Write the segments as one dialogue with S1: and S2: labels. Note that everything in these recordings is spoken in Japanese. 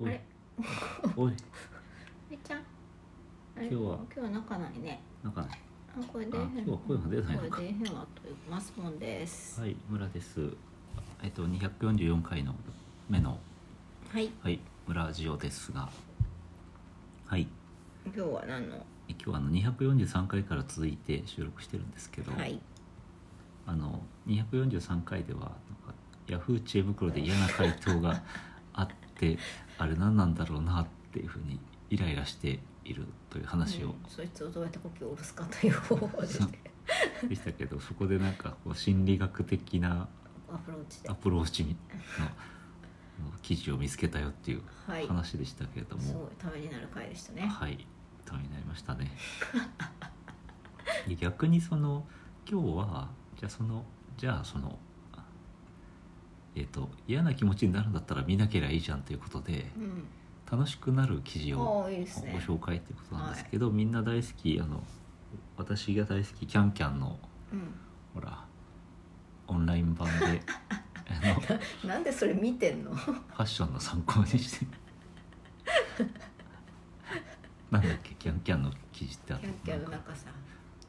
S1: お
S2: あ
S1: い
S2: れ
S1: おい
S2: めっちゃんあれ
S1: 今日は
S2: 今日は仲ないね
S1: なんかね
S2: あこれで
S1: あ今日は声が出ないのか
S2: これで変はというマスモンです
S1: はい村ですえっと244回の目の
S2: はい
S1: はい村ジオですがはい
S2: 今日は何の
S1: え今日はあの243回から続いて収録してるんですけど、
S2: はい
S1: あの243回ではなんかヤフー知恵袋で嫌な回答があってあれ何なんだろうなっていうふうにイライラしているという話
S2: う
S1: を
S2: んそいつをどうやって呼吸を下ろすかという方 法で
S1: そうでしたけど、そこでなんかこう心理学的な
S2: アプローチで
S1: アプローチのの記事を見つけたよっていう
S2: はい
S1: 話でしたけれど
S2: す
S1: も、
S2: ごいためになる回でしたね
S1: はい、ためになりましたね。で逆にその今日はじゃあそのじゃあそのえっ、と嫌な気持ちになるんだったら見なければいいじゃんということで
S2: うん
S1: 楽しくなる記事を
S2: ああいいですね
S1: ご紹介ということなんですけど、みんな大好きあの私が大好きキャンキャンの
S2: うん
S1: ほらオンライン版であの
S2: なんでそれ見てんの
S1: ファッションの参考にして なんだっけキャンキャンの記事ってあっ
S2: キ
S1: た
S2: ャンキャンの
S1: なんか
S2: 中さ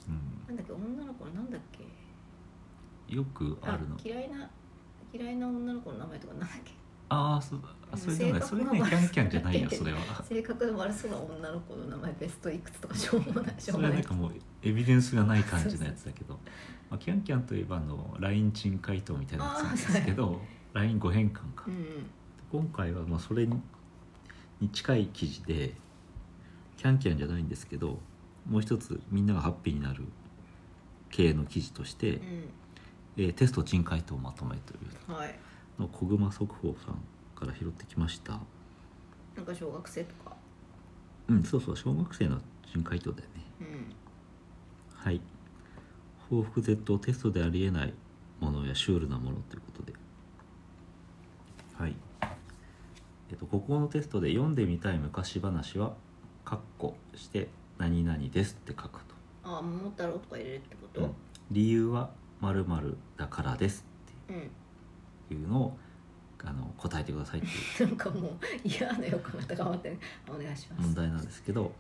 S1: うん
S2: なんだっけ女の子のなんだっけ
S1: よくあるの
S2: 嫌いな嫌いな女の子の名前とかなんだっけ
S1: ああそうあそれじゃない
S2: 性
S1: そ
S2: 格
S1: れ
S2: の
S1: ねキャンキャンじゃない
S2: な
S1: よ
S2: んだっけ
S1: それは
S2: 性格の悪そうな女の子の名前ベストいくつとかしょうもないしょ
S1: そうれは
S2: もな
S1: なん
S2: い
S1: かもうエビデンスがない感じのやつだ けど、まあ、キャンキャンといえばあの LINE チン回答みたいなやつなんですけど LINE5 変換か、
S2: うん
S1: 今回はまあそれに近い記事でキャンキャンじゃないんですけどもう一つみんながハッピーになる系の記事として、
S2: う
S1: えーテスト珍回答まとめというん
S2: はい
S1: の小熊速報さんから拾ってきました
S2: なんか小学生とか
S1: うんそうそう小学生の珍回答だよね
S2: うん
S1: はい報復 Z をテストでありえないものやシュールなものということではいえっとここのテストで読んでみたい昔話は「カッコして何々です」って書くと
S2: ああ桃太郎とか入れるってこと
S1: うん理由は〇〇だからです
S2: うん
S1: っていうのをあの答えてくださいっていう
S2: なんかもう嫌な予感が高まってねお願いしま
S1: 問
S2: す
S1: 題なんですけど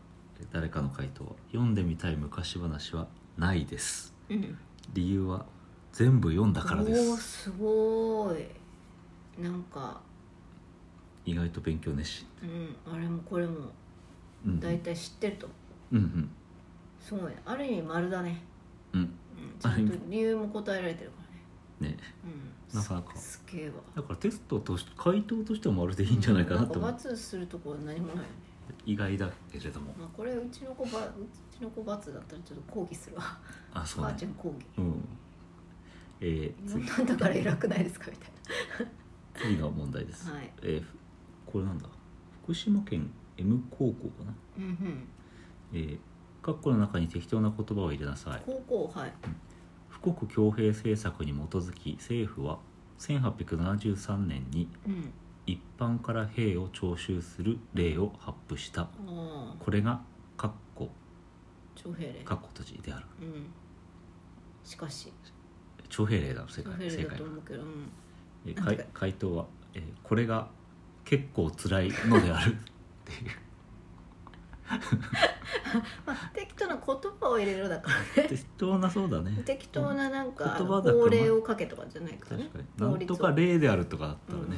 S1: 誰かの回答は読んでみたい昔話はないです
S2: うん
S1: 理由は全部読んだからで
S2: おー
S1: す
S2: すごいなんか
S1: 意外と勉強熱心、
S2: うんあれもこれも
S1: うん、
S2: 大体知ってると
S1: うんうん
S2: すごいねある意味丸だね
S1: うん
S2: うんちゃんと理由も答えられてるからね
S1: ね
S2: うん
S1: なかなか
S2: すすげえわ
S1: だからテストとして回答としてはまるでいいんじゃないかなと
S2: ん
S1: 思う、
S2: 罰するところ何もないよね、
S1: 意外だけれども
S2: まあ、これうちの子ばうちの子罰だったらちょっと抗議するわ
S1: あそう
S2: ばあ
S1: ね
S2: ちゃん抗議
S1: うんえー、
S2: そん
S1: 次
S2: なんだから偉くないですかみたい
S1: 次の問題です、
S2: なはい
S1: えーふこれなんだ福島県 M 高校かな
S2: うんうん
S1: えー、括弧の中に適当な言葉を入れなさい
S2: 高校はい
S1: 富国強兵政策に基づき政府は1873年に
S2: うん
S1: 一般から兵を徴収する令を発布した
S2: ああ
S1: これが括弧
S2: 徴兵令
S1: 括弧と字である
S2: うんしかし
S1: 徴兵令だ正
S2: 徴
S1: 解
S2: 兵
S1: 正
S2: 令
S1: 解
S2: だと
S1: は
S2: 思うけどうん
S1: え
S2: なんて
S1: 回回答は、えーこれが結構辛いのであるっていう
S2: まあ適当な言葉を入れるだか
S1: 適当なそうだ
S2: ら
S1: ね
S2: 適当ななんか
S1: 言葉だと
S2: 法令をかけとかじゃないか
S1: 確
S2: らね
S1: かに
S2: 法
S1: なん
S2: 律
S1: と
S2: を
S1: か例であるとかだったらね、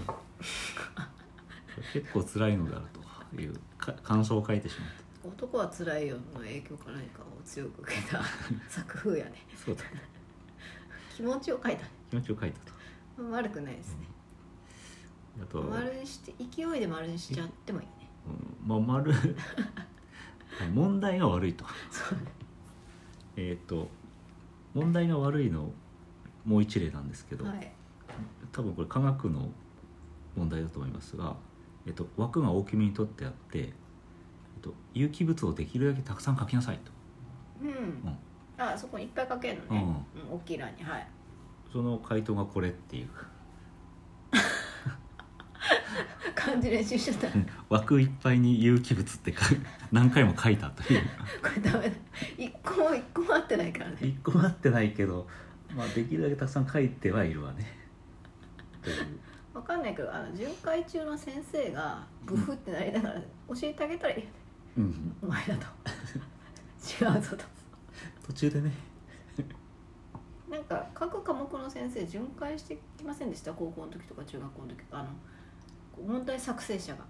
S1: 結構辛いのであるというか感想を書いてしまった
S2: 男は辛いよの影響か何かを強く受け た作風やね
S1: そうだ
S2: 気持ちを書いたね
S1: 気持ちを書いたと
S2: 悪くないですね
S1: あと
S2: 丸にして勢いで丸にしちゃってもいいね
S1: うんまあ丸 問題が悪いと
S2: そうね
S1: えっ、と問題が悪いのもう一例なんですけど、
S2: はい
S1: 多分これ科学の問題だと思いますが、えっと枠が大きめに取ってあって、えっと有機物をできるだけたくさん書きなさいと
S2: うん、
S1: ん
S2: あそこにいっぱい書けるのね、うん、大きい欄にはい
S1: その回答がこれっていう
S2: 漢字練習しちゃ ったこ
S1: 枠いっぱいに有機物ってか 何回も書いたという
S2: れダメだ一個も一個も合ってないからね
S1: 一個も合ってないけど、まあ、できるだけたくさん書いてはいるわねという
S2: わかんないけどあの巡回中の先生がブフってなりながら教えてあげたらいいよね
S1: うん
S2: お前だ と違うぞと
S1: 途中でね
S2: なんか各科目の先生巡回してきませんでした高校の時とか中学校の時あの問題作成者が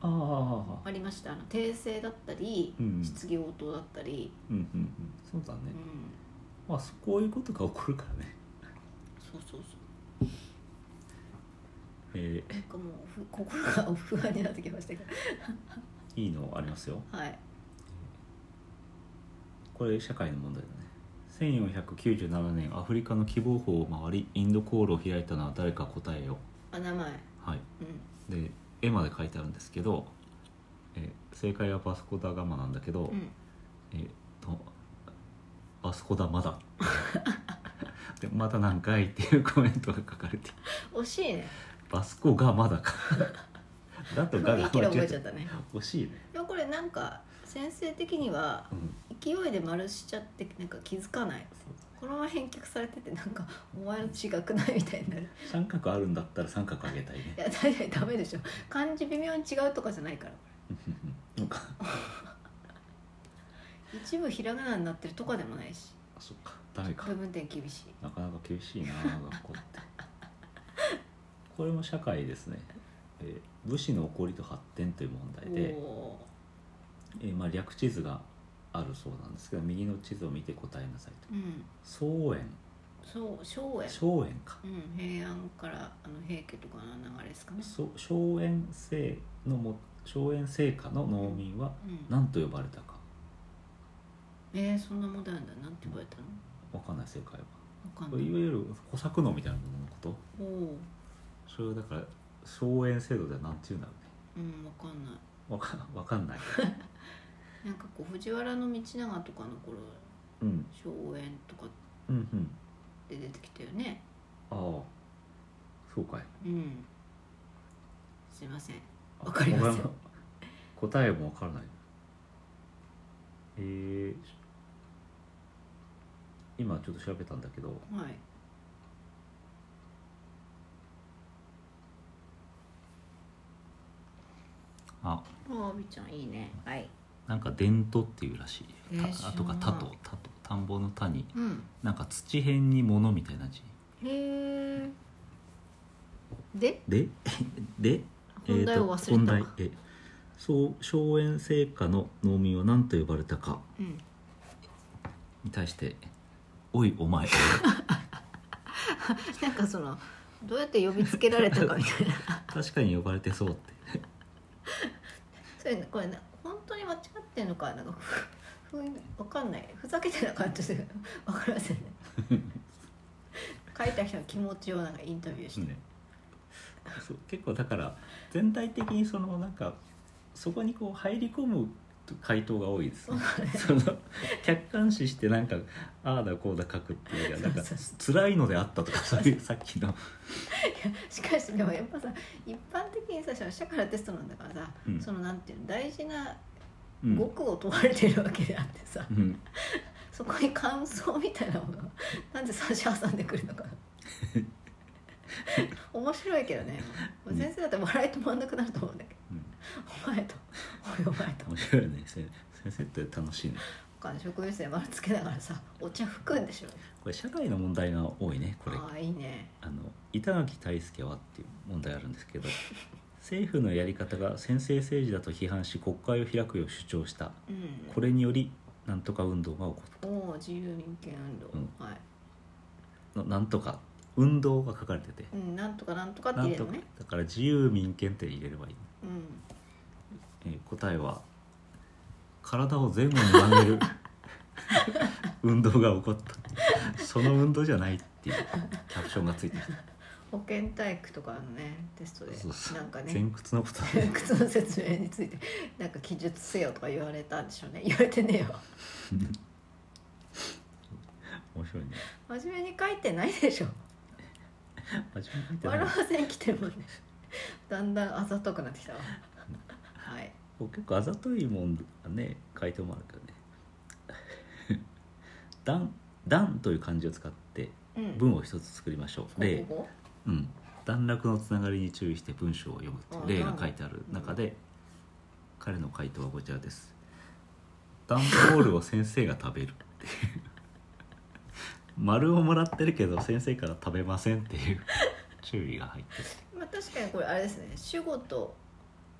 S1: ああ
S2: ありましたあの訂正だったり
S1: うん
S2: 質疑応答だったり、
S1: うんうんうんそうだね
S2: うん
S1: まあそこういうことが起こるからね
S2: そうそうそう
S1: え
S2: なんかもうふ心が不安になってきましたけど
S1: ーいいのありますよ
S2: はい
S1: これ社会の問題だね1497年アフリカの希望峰を回りインド航路を開いたのは誰か答えよ
S2: あ名前うん
S1: はいで絵まで書いてあるんですけど、えー正解はバスコ・ダ・ガマなんだけど、
S2: うん
S1: えーっとバスコ・ダ・マダでまた何回っていうコメントが書かれて
S2: 惜しいね
S1: バスコがまだかだとが
S2: 雰
S1: が
S2: 囲気で覚
S1: 間違
S2: え
S1: え
S2: ち
S1: て
S2: ゃったね
S1: 惜しいね、
S2: でもこれなんか先生的には
S1: うん、
S2: 勢いで丸しちゃってなんか気づかないこのまま返却されててなんかお前の違くないみたいになる
S1: 三角あるんだったら三角あげたい
S2: い
S1: ね
S2: や大体ダメでしょ漢字微妙に違うとかじゃないから
S1: なんか
S2: 一部ひらがなになってるとかでもないし
S1: あそっかダメか
S2: 部分点厳しい
S1: なかなか厳しいな学校ってこれも社会ですね、えー武士の起こりと発展という問題で、
S2: お
S1: えーまあ、略地図があるそうなんですけど右の地図を見て答えなさいと
S2: ーうん
S1: 荘園
S2: そう荘園
S1: 荘園か
S2: うん平安からあの平家とかの流れですかね
S1: そ荘園制のも荘園制下の農民は
S2: うん
S1: 何と呼ばれたか
S2: えー、そんなモダンだなんて言われたの
S1: わかんない正解は
S2: わ
S1: い
S2: か
S1: わ
S2: んない
S1: ゆる小作農みたいなもののこと
S2: おお
S1: それをだから荘園制度ではなんて言うんだろうね
S2: うんわかんない
S1: わかわかんない、
S2: なんかこう藤原の道長とかの頃
S1: うん、
S2: 荘園とか
S1: うんうん
S2: で出てきたよね
S1: ああそうかい
S2: うんすいません
S1: あ
S2: わかりません
S1: わ答えもわからないえー、今ちょっと調べたんだけど
S2: はい
S1: あ
S2: ああみちゃんいいねはい
S1: なんか伝統っていうらしい、
S2: えー
S1: たあとか
S2: 知
S1: 田
S2: らない
S1: と田と田んぼの田に
S2: うん
S1: なんか土辺に物みたいな字
S2: へえで
S1: で で
S2: 本題を忘れた
S1: えーと本題えそう荘園製菓の農民は何と呼ばれたか
S2: うん
S1: に対して「おいお 前」
S2: なんかそのどうやって呼びつけられたかみたいな
S1: 確かに呼ばれてそうって
S2: それこれな本当に間違ってんのかなんかふふわかんないふざけてな感じで わかりませんね書いた人の気持ちをなんかインタビューして、
S1: ね、そう結構だから全体的にそのなんかそこにこう入り込む回答が多いですねその客観視してなんかああだこうだ書くっていうよりはなんか
S2: そう
S1: 辛いのであったとかそういうさっきの
S2: しかしでもやっぱさ一般的にさその社からテストなんだからさ、
S1: うん
S2: そのなんていうの大事な
S1: うん、
S2: 語句を問われてるわけであってさ、
S1: うん
S2: そこに感想みたいなものがなんで差し挟んでくる のかな面白いけどねもう先生だって笑い止まんなくなると思うんだけど
S1: うん
S2: 「お前とおいお前と
S1: 面白いねせ先生って楽しいね」
S2: 他の職員生丸つけながらさお茶吹くんでしょ
S1: これ社会の問題が多いねこれ
S2: ああいいね
S1: あの板垣退助はっていう問題あるんですけど政府のやり方が先制政治だと批判し国会を開くよう主張した
S2: うん
S1: これによりなんとか運動が起こっ
S2: おお自由民権運動、
S1: うん
S2: はい、
S1: たななんとか運動が書かれてて
S2: うん、なんとかなんとかって
S1: な
S2: 言
S1: ん
S2: える
S1: とか
S2: のね
S1: だから自由民権って入れればいい、
S2: うん
S1: えー答えは体を前後に曲 げる運動が起こったその運動じゃないっていうキャプションがついてる
S2: 保健体育とかのねテストで
S1: そうそう
S2: なんかね
S1: 前屈のことだ ね
S2: 靴の説明についてなんか記述せよとか言われたんでしょうね言われてねえわ
S1: 面白いね
S2: 真面目に書いてないでしょ
S1: 真面目に書いてない
S2: 笑わせに来てるもんねだんだんあざとくなってきたわはい
S1: こう結構あざといもんだね回答もあるけどね 「段」段という漢字を使って
S2: うん
S1: 文を一つ作りましょう、例
S2: ここ
S1: うん段落のつながりに注意して文章を読むっていう例が書いてある中で、彼の回答はこちらです段ボールを先生が食べるっていう 丸をもらってるけど先生から食べませんっていう注意が入ってる
S2: まあ確かにこれあれですね主語と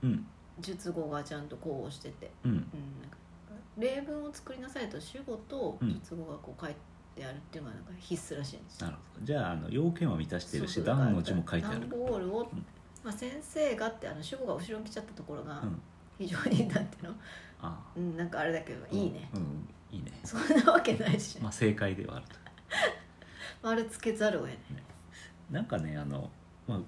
S1: うん
S2: 述語がちゃんとこうしてて、
S1: うん
S2: うん、なんか例文を作りなさいと主語と述語がこう書いてあるっていうのがなんか必須らしいんです
S1: なるほどじゃああの要件は満たしてるし段の字も書いてある
S2: 段ボールを
S1: うん、
S2: まあ、先生がってあの主語が後ろに来ちゃったところが
S1: うん
S2: 非常になんていうの、
S1: あ
S2: うん、なんかあれだけど
S1: ー
S2: いいね、
S1: うんうんいいね
S2: そんなわけないし、
S1: まあ正解ではあると
S2: 丸つけざるを得ない
S1: なんかねあの、まあ、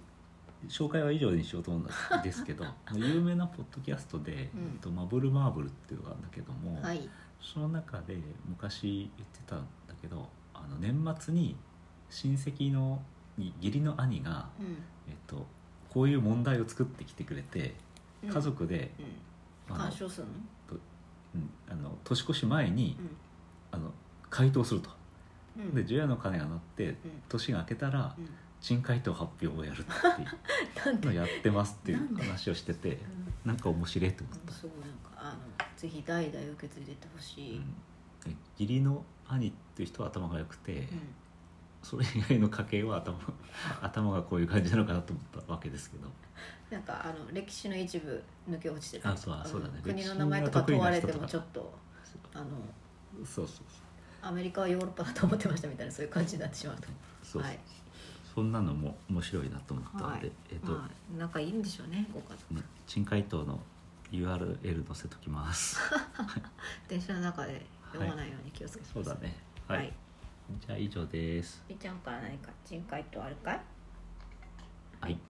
S1: 紹介は以上にしようと思うんです けど有名なポッドキャストで「
S2: うん
S1: えっとマブルマーブル」っていうのがあるんだけども、
S2: はい
S1: その中で昔言ってたんだけどあの年末に親戚のに義理の兄が、
S2: うん
S1: えっと、こういう問題を作ってきてくれて
S2: うん
S1: 家族で、
S2: う
S1: あ
S2: ん
S1: の
S2: 干渉するの
S1: うんあの年越し前に、あの回答すると。
S2: うんうん
S1: で除夜の鐘が鳴って
S2: うん
S1: 年が明けたら
S2: うん
S1: 珍回答発表をやるっていう。
S2: なんで
S1: のやってますってい
S2: なん
S1: う
S2: で
S1: 話をしてて
S2: うん
S1: なんか面白いと思った、
S2: すごいなんかあのぜひ代々受け継いでってほ
S1: う
S2: しい、
S1: ん、で義理の兄っていう人は頭が良くて、それ以外の家系は頭頭がこういう感じなのかなと思ったわけですけど
S2: なんかあの歴史の一部抜け落ちて
S1: あそうあ
S2: の
S1: そうだね
S2: 国の名前とか問われても
S1: 歴史
S2: ちょ
S1: が
S2: っとあの
S1: そうそうそう
S2: アメリカはヨーロッパだと思ってましたみたいなそういう感じになってしまうと
S1: そうそう、
S2: はい
S1: そんなのも面白いなと思ったんで、
S2: はい
S1: えっ、と、
S2: まあ仲いいんでしょうねご家族
S1: ね珍回答の URL 載せときます
S2: 電車の中で読まないように気をつけて
S1: そうだねはい、
S2: はい
S1: じゃあ以上です
S2: みーちゃんから何か人会とあるかい
S1: はい